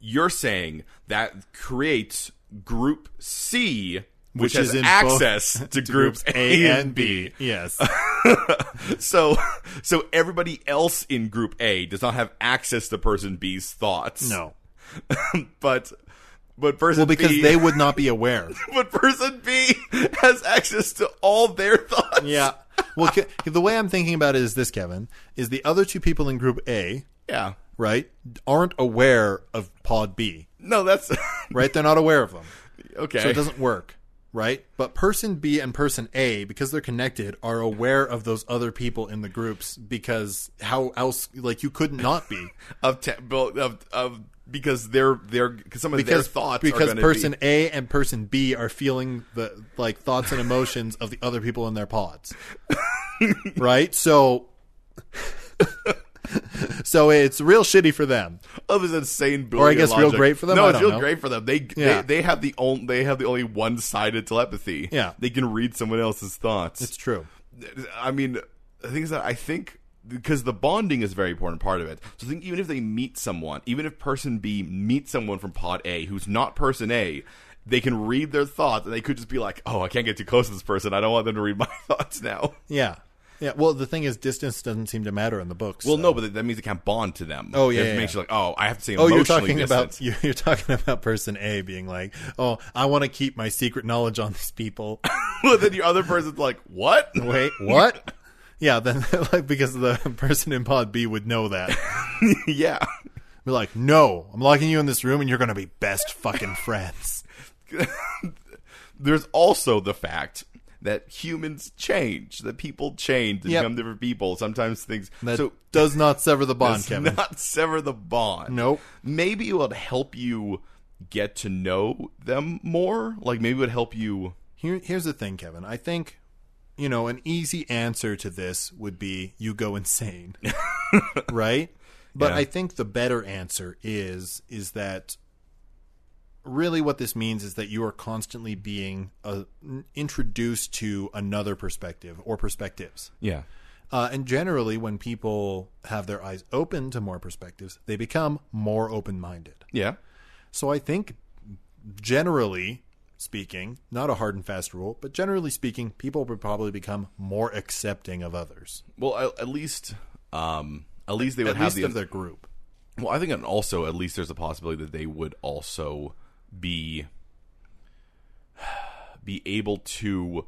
You're saying that creates group C. Which, Which has is in access to, groups A and B. Yes. So, so everybody else in group A does not have access to person B's thoughts. No. but but person Well, because B, they would not be aware. but person B has access to all their thoughts. Yeah. Well, Ke- the way I'm thinking about it is this, Kevin, is the other two people in group A, Yeah. right, aren't aware of pod B, No, that's right? They're not aware of them. okay. So it doesn't work, right? But person B and person A, because they're connected, are aware of those other people in the groups because how else, like, you could not be. of, te- well, of of because they're they're because some of Because, their thoughts are because gonna person be, A and person B are feeling the like thoughts and emotions of the other people in their pods, right? So, so it's real shitty for them. of this insane Or I guess real logic. great for them? No, I it's don't real know. great for them. They, Yeah. they they have the only they have the only one sided telepathy. Yeah. they can read someone else's thoughts. It's true. I mean, the thing is that I think because the bonding is a very important part of it. So I think even if they meet someone, even if person B meets someone from pod A who's not person A, they can read their thoughts and they could just be like, "Oh, I can't get too close to this person. I don't want them to read my thoughts now." Yeah. Yeah, well, the thing is, distance doesn't seem to matter in the books. Well, so- no, but that means it can't bond to them. Oh, yeah, it yeah, makes yeah. you like, oh, I have to say. Oh, Emotionally you're talking distant. about you- you're talking about person A being like, "Oh, I want to keep my secret knowledge on these people." well, then the other person's like, what? Wait, what? yeah, then like because the person in pod B would know that. yeah, Be like, "No, I'm locking you in this room, and you're gonna be best fucking friends." there's also the fact that humans change, that people change, they Yep. become different people. Sometimes things That so does not sever the bond, does Kevin. not sever the bond. Nope. Maybe it would help you get to know them more. Like maybe it would help you. Here, here's the thing, Kevin. I think, you know, an easy answer to this would be you go insane, right? But Yeah. I think the better answer is is that really what this means is that you are constantly being uh, introduced to another perspective or perspectives. Yeah. Uh, and generally, when people have their eyes open to more perspectives, they become more open minded. Yeah. So I think, generally speaking, not a hard and fast rule, but generally speaking, people would probably become more accepting of others, Well, at, at least, um, at least they would at have least the of their group. Well, I think and also at least there's a possibility that they would also be be able to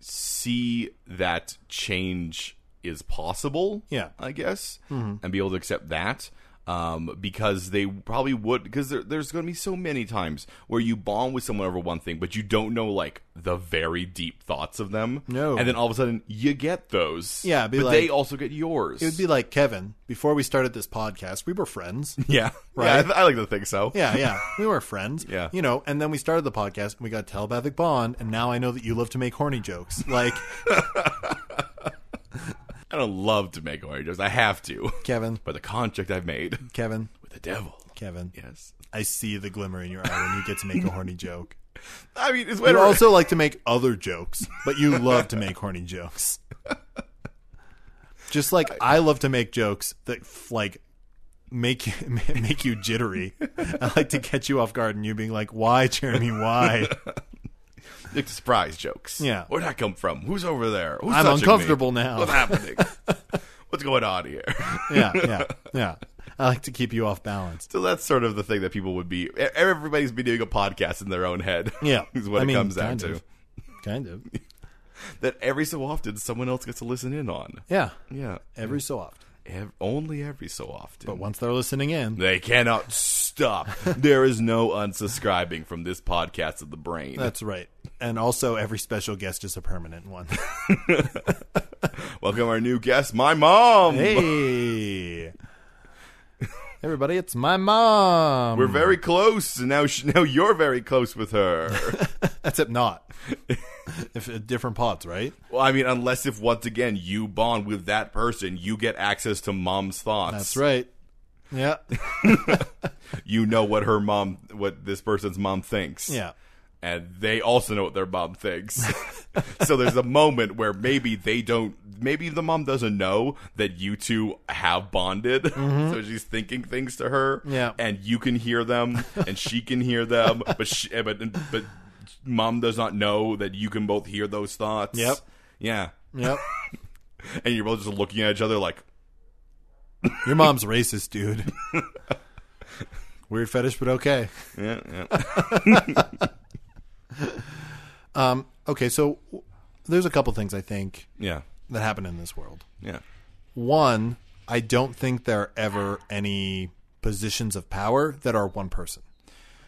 see that change is possible. Yeah. Mm-hmm. I guess, and be able to accept that. Um, because they probably would, because there, there's going to be so many times where you bond with someone over one thing, but you don't know like the very deep thoughts of them. No. and then all of a sudden you get those. Yeah, it'd be but like- they also get yours. It would be like Kevin. Before we started this podcast, we were friends. yeah, Right. Yeah, I, th- I like to think so. Yeah, yeah, we were friends. Yeah. you know. And then we started the podcast, and we got telepathic bond, and now I know that you love to make horny jokes. Like I don't love to make oranges. I have to. Kevin, By the contract I've made Kevin, with the devil. Kevin. Yes. I see the glimmer in your eye when you get to make a horny joke. I mean, it's You whatever. also like to make other jokes, but you love to make horny jokes. Just like I love to make jokes that f- like make you make you jittery. I like to catch you off guard and you being like, "Why, Jeremy? Why?" like surprise jokes. Yeah. Where'd that come from? Who's over there? Who's I'm touching me? uncomfortable now. What's happening? What's going on here? Yeah, yeah, yeah. I like to keep you off balance. so that's sort of the thing that people would be. e-, Everybody's been doing a podcast in their own head. Yeah, is what I it mean, comes down kind to. of. Kind of. That every so often someone else gets to listen in on. Yeah, Yeah. every so often. Ev- only every so often. But once they're listening in, They cannot stop. there is no unsubscribing from this podcast of the brain. that's right. And also, every special guest is a permanent one. Welcome our new guest, my mom. Hey, everybody, it's my mom. We're very close, and now she, now you're very close with her. Except not. if uh, different pods, right? well, I mean, unless if once again you bond with that person, you get access to mom's thoughts. That's right. Yeah, You know what her mom, what this person's mom thinks. yeah. and they also know what their mom thinks. so there's a moment where maybe they don't, maybe the mom doesn't know that you two have bonded. so she's thinking things to her, Mm-hmm. Yeah. and you can hear them, and she can hear them, but she, eh, but but mom does not know that you can both hear those thoughts. Yep. Yeah, Yep. and you're both just looking at each other like, Your mom's racist, dude. Weird fetish, but okay. yeah, yeah. Um, okay, so w- there's a couple things I think yeah, that happen in this world. yeah. One, I don't think there are ever any positions of power that are one person.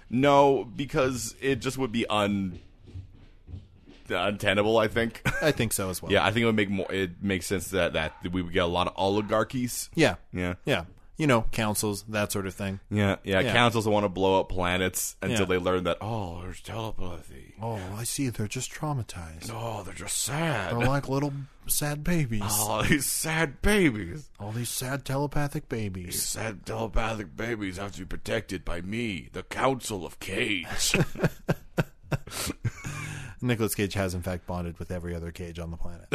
No, because it just would be un untenable. I think. I think so as well. Yeah, I think it would make more. It makes sense that that we would get a lot of oligarchies. Yeah. Yeah, Yeah. You know, councils, that sort of thing. yeah, yeah. Yeah. Councils want to blow up planets until Yeah. they learn that oh, there's telepathy. Oh, I see. They're just traumatized. Oh, they're just sad. They're like little sad babies. Oh, these sad babies. All these sad telepathic These babies. Sad telepathic babies have to be protected by me, the Council of Cage. Nicholas Cage has, in fact, bonded with every other Cage on the planet.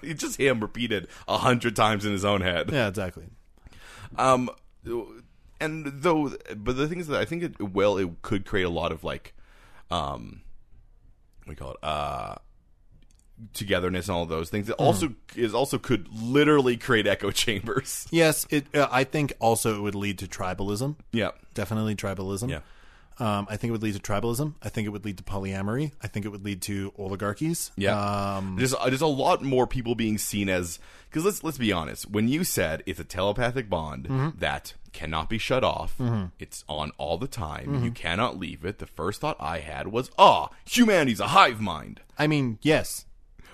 it's just him repeated a hundred times in his own head. yeah, exactly. Um, and though, but the thing is that I think it well, it could create a lot of like, um, what do you call it, uh, togetherness and all those things. It also is also could literally create echo chambers. Yes, it. Uh, I think also it would lead to tribalism. Yeah, Definitely tribalism. yeah, Um, I think it would lead to tribalism. I think it would lead to polyamory. I think it would lead to oligarchies. yeah. Um, there's there's a lot more people being seen as because let's let's be honest. When you said it's a telepathic bond that cannot be shut off, it's on all the time. You cannot leave it. The first thought I had was, ah, humanity's a hive mind. I mean, yes.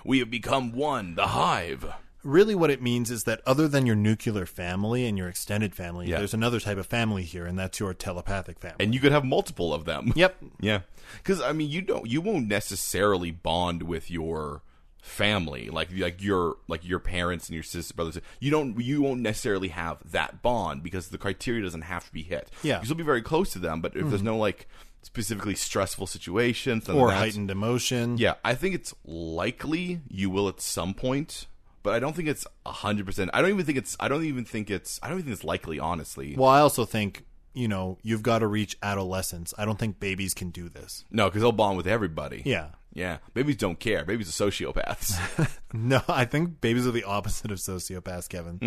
We have become one, the hive. Really, what it means is that other than your nuclear family and your extended family, Yeah. there's another type of family here, and that's your telepathic family. and you could have multiple of them. Yep. Yeah. Because I mean, you don't, you won't necessarily bond with your family, like like your like your parents and your sister brothers. You don't, you won't necessarily have that bond because the criteria doesn't have to be hit. Yeah. you'll be very close to them, but if there's no like specifically stressful situations none of or that- heightened emotion. yeah, I think it's likely you will at some point. But I don't think it's hundred percent. I don't even think it's. I don't even think it's. I don't even think it's likely. Honestly, Well, I also think you know you've got to reach adolescence. I don't think babies can do this. no, because they'll bond with everybody. Yeah. Yeah, babies don't care. Babies are sociopaths. No, I think babies are the opposite of sociopaths, Kevin.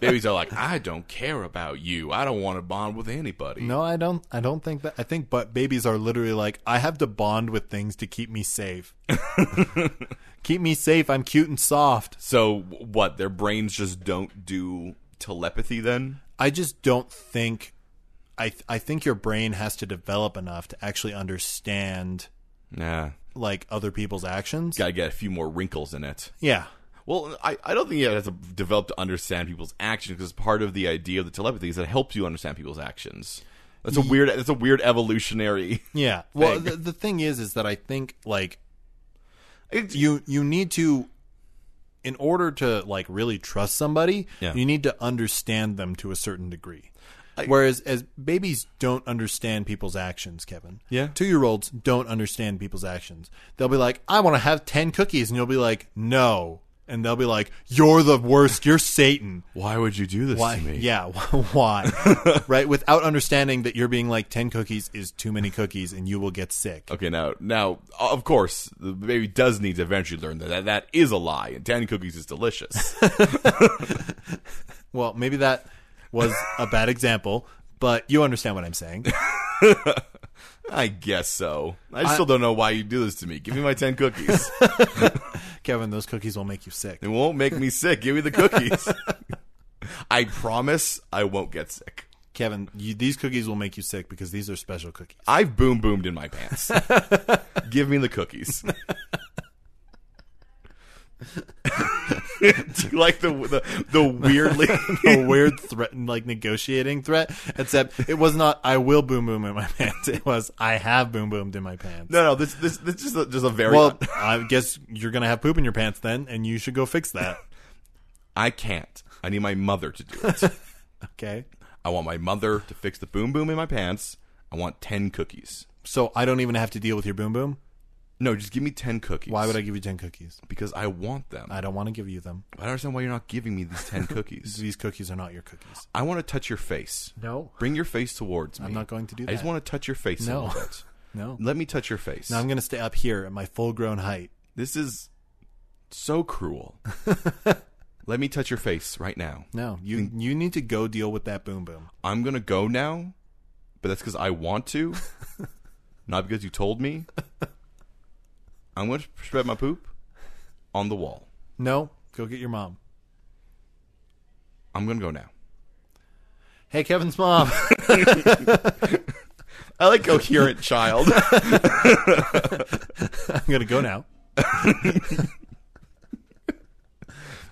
babies are like, I don't care about you. I don't want to bond with anybody. No, I don't. I don't think that. I think, but babies are literally like, I have to bond with things to keep me safe. keep me safe. I'm cute and soft. So w- what? Their brains just don't do telepathy then? I just don't think. I th- I think your brain has to develop enough to actually understand Nah. like other people's actions. Got to get a few more wrinkles in it. Yeah. Well, I, I don't think you have to develop to understand people's actions because part of the idea of the telepathy is that it helps you understand people's actions. That's a weird. That's a weird evolutionary. Yeah. Well, the, the thing is, is that I think like It's- you you need to, in order to like really trust somebody, Yeah. you need to understand them to a certain degree. I- Whereas as babies don't understand people's actions, Kevin. Yeah. Two year olds don't understand people's actions. They'll be like, "I want to have ten cookies," and you'll be like, "No," and they'll be like, "You're the worst. You're Satan." why would you do this Why? to me? Yeah, why? right? Without understanding that you're being like 10 cookies is too many cookies and you will get sick. Okay, now, now, of course, the baby does need to eventually learn that that, that is a lie, and ten cookies is delicious. Well, maybe that was a bad example, but you understand what I'm saying. I guess so. I still don't know why you do this to me. Give me my ten cookies. Kevin, those cookies will make you sick. it won't make me sick. Give me the cookies. I promise I won't get sick. Kevin, you, these cookies will make you sick because these are special cookies. I've boom boomed in my pants. Give me the cookies. Do you like the the, the weirdly? A weird threat, like negotiating threat, except it was not, I will boom boom in my pants. It was, I have boom boomed in my pants. No, no. This this this is a, just a very. Well, I guess you're going to have poop in your pants then, and you should go fix that. I can't. I need my mother to do it. Okay. I want my mother to fix the boom boom in my pants. I want ten cookies. So I don't even have to deal with your boom boom. No, just give me ten cookies. Why would I give you 10 cookies? Because I want them. I don't want to give you them. I don't understand why you're not giving me these 10 cookies. These cookies are not your cookies. I want to touch your face. No. Bring your face towards me. I'm not going to do I just that. want to touch your face a No. little bit. No. Let me touch your face. Now I'm going to stay up here at my full grown height. This is so cruel. Let me touch your face right now. No, you you need to go deal with that boom boom. I'm going to go now, but that's because I want to, not because you told me. I'm going to spread my poop on the wall. No, go get your mom. I'm going to go now. Hey, Kevin's mom. I like coherent child. I'm going to go now.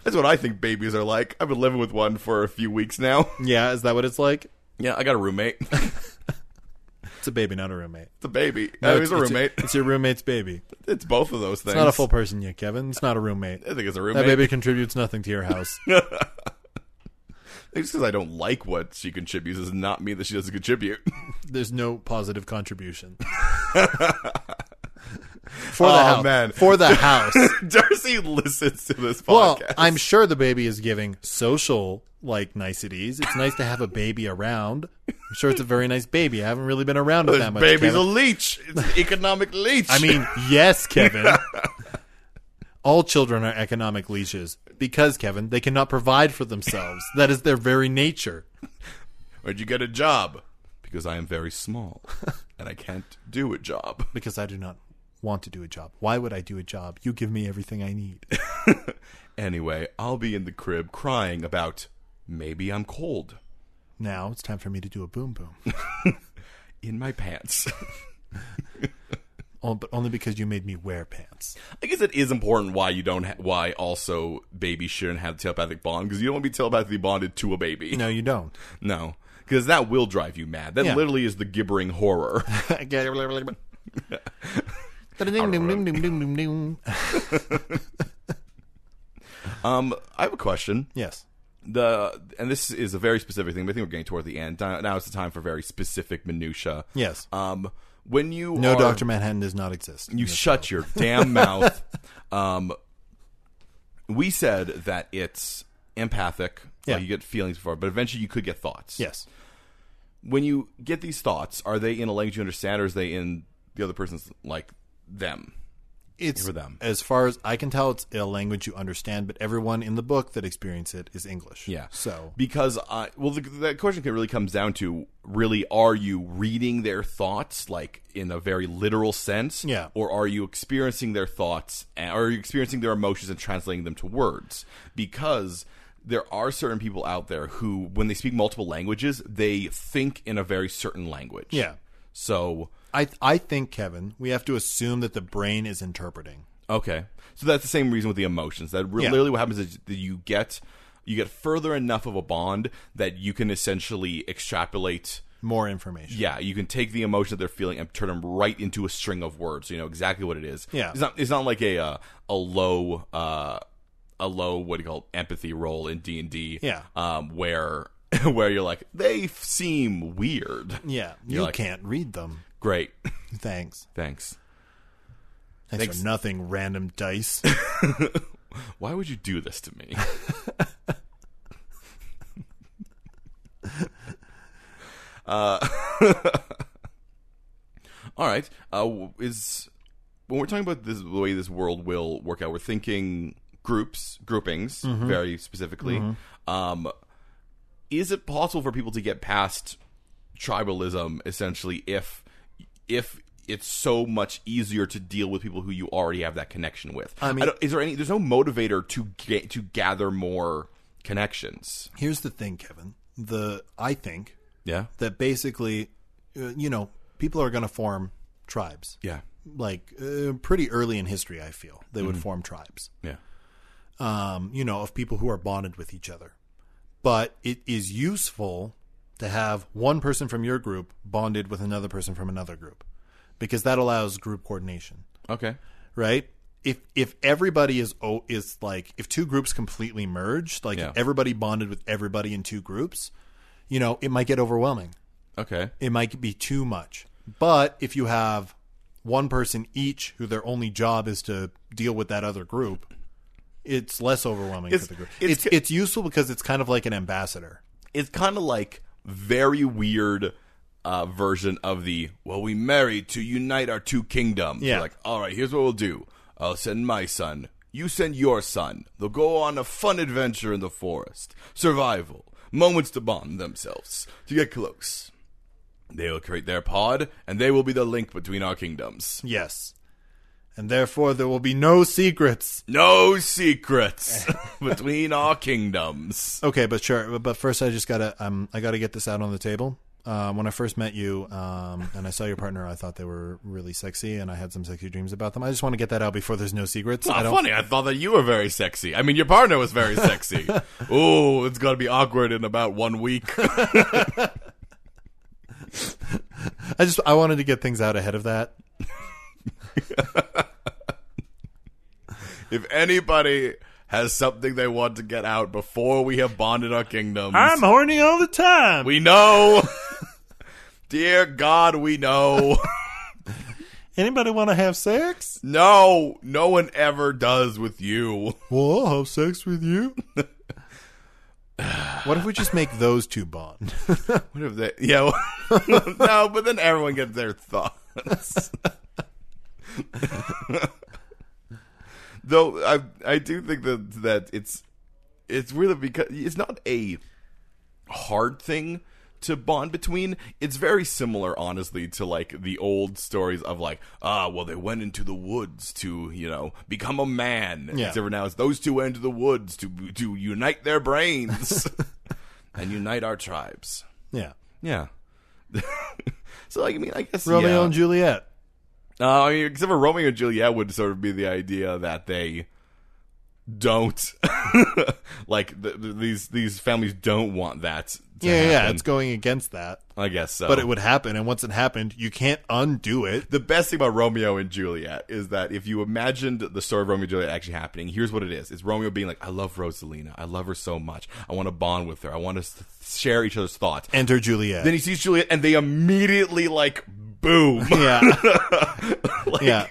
That's what I think babies are like. I've been living with one for a few weeks now. Yeah, is that what it's like? Yeah, I got a roommate. It's It's a baby, not a roommate. a baby. No, No, it's, a it's- roommate. It's, your roommate's baby. It's It's both of those things. not a full person yet, Kevin. It's not a roommate. I think it's a That roommate. baby contributes nothing to your house. It's because I don't like what she contributes does not mean that she doesn't contribute. There's no positive contribution. for the Aw, house. man. For the house. Darcy listens to this podcast. Well, I'm sure the baby is giving social like niceties. It's nice to have a baby around. I'm sure it's a very nice baby. I haven't really been around it this that much. baby's Kevin. a leech. It's an economic leech. I mean, yes, Kevin. All children are economic leashes because, Kevin, they cannot provide for themselves. that is their very nature. Where'd you get a job? Because I am very small and I can't do a job. Because I do not want to do a job. Why would I do a job? You give me everything I need. Anyway, I'll be in the crib crying about maybe I'm cold now it's time for me to do a boom boom. in my pants. Oh, but only because you made me wear pants. I guess it is important why you don't ha- why also babies shouldn't have telepathic bond because you don't want to be telepathically bonded to a baby. No, you don't. No, because that will drive you mad. That Yeah. literally is the gibbering horror. um, I have a question. yes. The and this is a very specific thing. But I think we're getting toward the end. Now now is the time for very specific minutia. Yes. Um, when you No, are- Dr. Manhattan does not exist. You shut your damn mouth. Um, we said that it's empathic. Yeah. Like you get feelings before, but eventually you could get thoughts. yes. When you get these thoughts, are they in a language you understand, or is they in the other person's like them? It's For them. As far as I can tell, it's a language you understand, but everyone in the book that experiences it is English. Yeah. So Because I well, the, that question really comes down to really are you reading their thoughts like in a very literal sense, Yeah. or are you experiencing their thoughts, and, or are you experiencing their emotions and translating them to words? Because there are certain people out there who, when they speak multiple languages, they think in a very certain language. Yeah. So I I think Kevin, we have to assume that the brain is interpreting. Okay, so that's the same reason with the emotions. That re- Yeah. literally what happens is that you get you get further enough of a bond that you can essentially extrapolate. More information. Yeah, you can take the emotion that they're feeling and turn them right into a string of words. So you know exactly what it is. Yeah. it's not it's not like a uh, a low uh, a low what do you call it, empathy role in D and D. Yeah. um, where where you're like they f- seem weird. Yeah. You're you like- can't read them. Great, Thanks. thanks. Thanks, Thanks. for nothing, random dice. Why would you do this to me? uh, all right. Uh, w- is when we're talking about this, the way this world will work out, we're thinking groups, groupings, very specifically. Um, is it possible for people to get past tribalism essentially if if it's so much easier to deal with people who you already have that connection with. I mean- don't- is there any? There's no motivator to get to gather more connections. Here's the thing, Kevin. The I think Yeah, that basically, uh, you know, people are going to form tribes. yeah, Like uh, pretty early in history, I feel they would form tribes. yeah. Um, you know, of people who are bonded with each other. But it is useful to have one person from your group bonded with another person from another group, because that allows group coordination. Okay. right? If if everybody is oh is like if two groups completely merged, like Yeah. if everybody bonded with everybody in two groups, you know, it might get overwhelming. Okay. It might be too much. But if you have one person each who their only job is to deal with that other group, it's less overwhelming It's- for the group. it's- It's, it's useful because it's kind of like an ambassador. It's kind of like very weird uh, version of the well, we married to unite our two kingdoms. Yeah. You're like, all right, here's what we'll do. I'll send my son. You send your son. They'll go on a fun adventure in the forest. Survival. Moments to bond themselves. To get close. They will create their pod, and they will be the link between our kingdoms. Yes. And therefore there will be no secrets. No secrets between our kingdoms. Okay, but sure. But first, I just gotta um, I gotta get this out on the table. Um, when I first met you, um, and I saw your partner, I thought they were really sexy, and I had some sexy dreams about them. I just want to get that out before there's no secrets. I Not don't. Uh, funny. I thought that you were very sexy. I mean, your partner was very sexy. Ooh, it's gonna be awkward in about one week. I just I wanted to get things out ahead of that. if anybody has something they want to get out before we have bonded our kingdoms, horny all the time. we know. Dear God, we know. Anybody want to have sex? no, no one ever does with you. Well, I'll have sex with you. what if we just make those two bond? What if they? Yeah. well, no, but then everyone gets their thoughts. Though I I do think that that it's it's really because it's not a hard thing to bond between. It's very similar, honestly, to like the old stories of like, ah, well, they went into the woods to you know become a man. Yeah. Except for now, it's those two went into the woods to to unite their brains and unite our tribes. Yeah. Yeah. so like, I mean, I guess Romeo yeah. and Juliet. Uh, I mean, except for Romeo and Juliet would sort of be the idea that they don't like th- th- these these families don't want that. To yeah, yeah, happen. it's going against that. I guess so. But it would happen, and once it happened, you can't undo it. the best thing about Romeo and Juliet is that if you imagined the story of Romeo and Juliet actually happening, here's what it is: it's Romeo being like, "I love Rosalina. I love her so much. I want to bond with her. I want to s- share each other's thoughts." Enter Juliet. Then he sees Juliet, and they immediately like, boom. yeah, Like, yeah.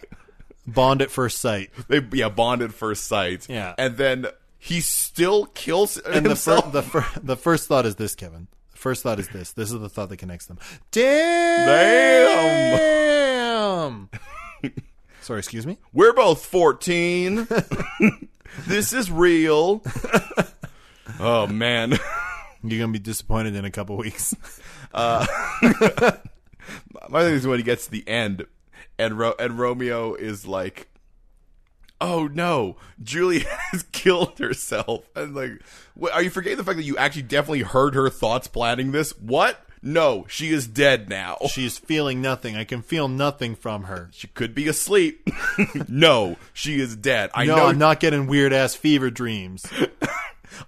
Bond at first sight, They yeah bond at first sight. Yeah. and then he still kills and the, fir- himself. the, fir- the first thought is this, Kevin. The first thought is this. This is the thought that connects them. Damn. Damn. Sorry, excuse me. We're both fourteen. this is real. oh man, You're gonna be disappointed in a couple weeks. my thing is when he gets to the end, and Ro- and Romeo is like. Oh no, Juliet has killed herself. And like, wh- are you forgetting the fact that you actually definitely heard her thoughts planning this? What? No, she is dead now. She's feeling nothing. I can feel nothing from her. She could be asleep. no, she is dead. I No, know I'm not getting weird ass fever dreams.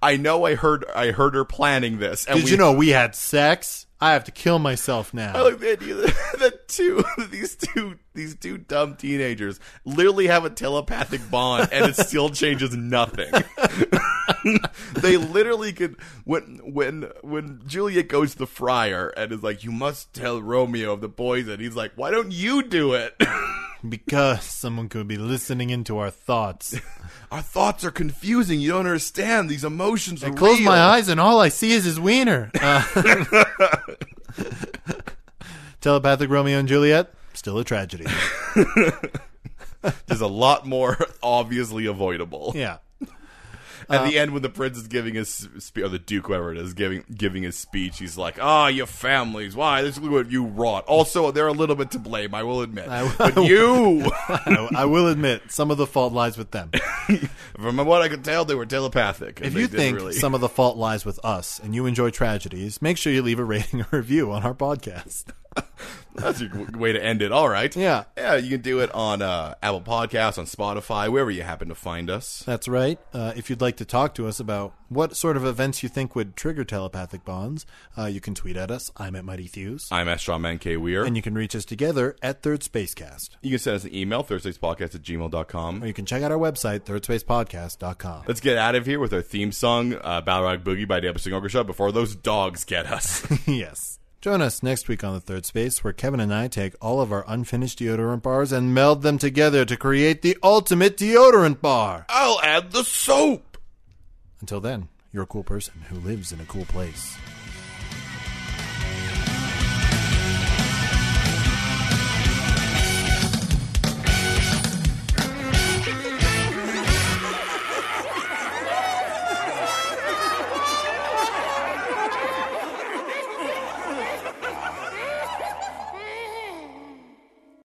I know I heard I heard her planning this. And Did we, you know we had sex? I have to kill myself now. I like the idea that, that two these two these two dumb teenagers literally have a telepathic bond and it still changes nothing. they literally could when when when Juliet goes to the friar and is like, You must tell Romeo of the poison, he's like, Why don't you do it? Because someone could be listening into our thoughts. Our thoughts are confusing. You don't understand. These emotions are I close real. my eyes and all I see is his wiener. Uh, telepathic Romeo and Juliet, still a tragedy. There's a lot more obviously avoidable. Yeah. At Uh, the end, when the prince is giving his speech, or the duke, whoever it is, giving giving his speech, he's like, "Ah, your families. Why? This is what you wrought. Also, they're a little bit to blame. I will admit, but you, I, I will admit, some of the fault lies with them. from what I could tell, they were telepathic. and If they you didn't think really- some of the fault lies with us and you enjoy tragedies, make sure you leave a rating or review on our podcast. that's your w- way to end it, all right? Yeah. yeah. You can do it on uh, Apple Podcasts, on Spotify, wherever you happen to find us. That's right. Uh, if you'd like to talk to us about what sort of events you think would trigger telepathic bonds, uh, you can tweet at us. I'm at Mighty Thews. I'm at Sean Man K. Weir. And you can reach us together at Third Spacecast. you can send us an email, Thursdayspodcast at gmail.com. Or you can check out our website, thirdspacepodcast.com. Let's get out of here with our theme song, uh, Balrog Boogie by Deb Singh Orchestra, before those dogs get us. yes. Join us next week on The Third Space, where Kevin and I take all of our unfinished deodorant bars and meld them together to create the ultimate deodorant bar. I'll add the soap. Until then, you're a cool person who lives in a cool place.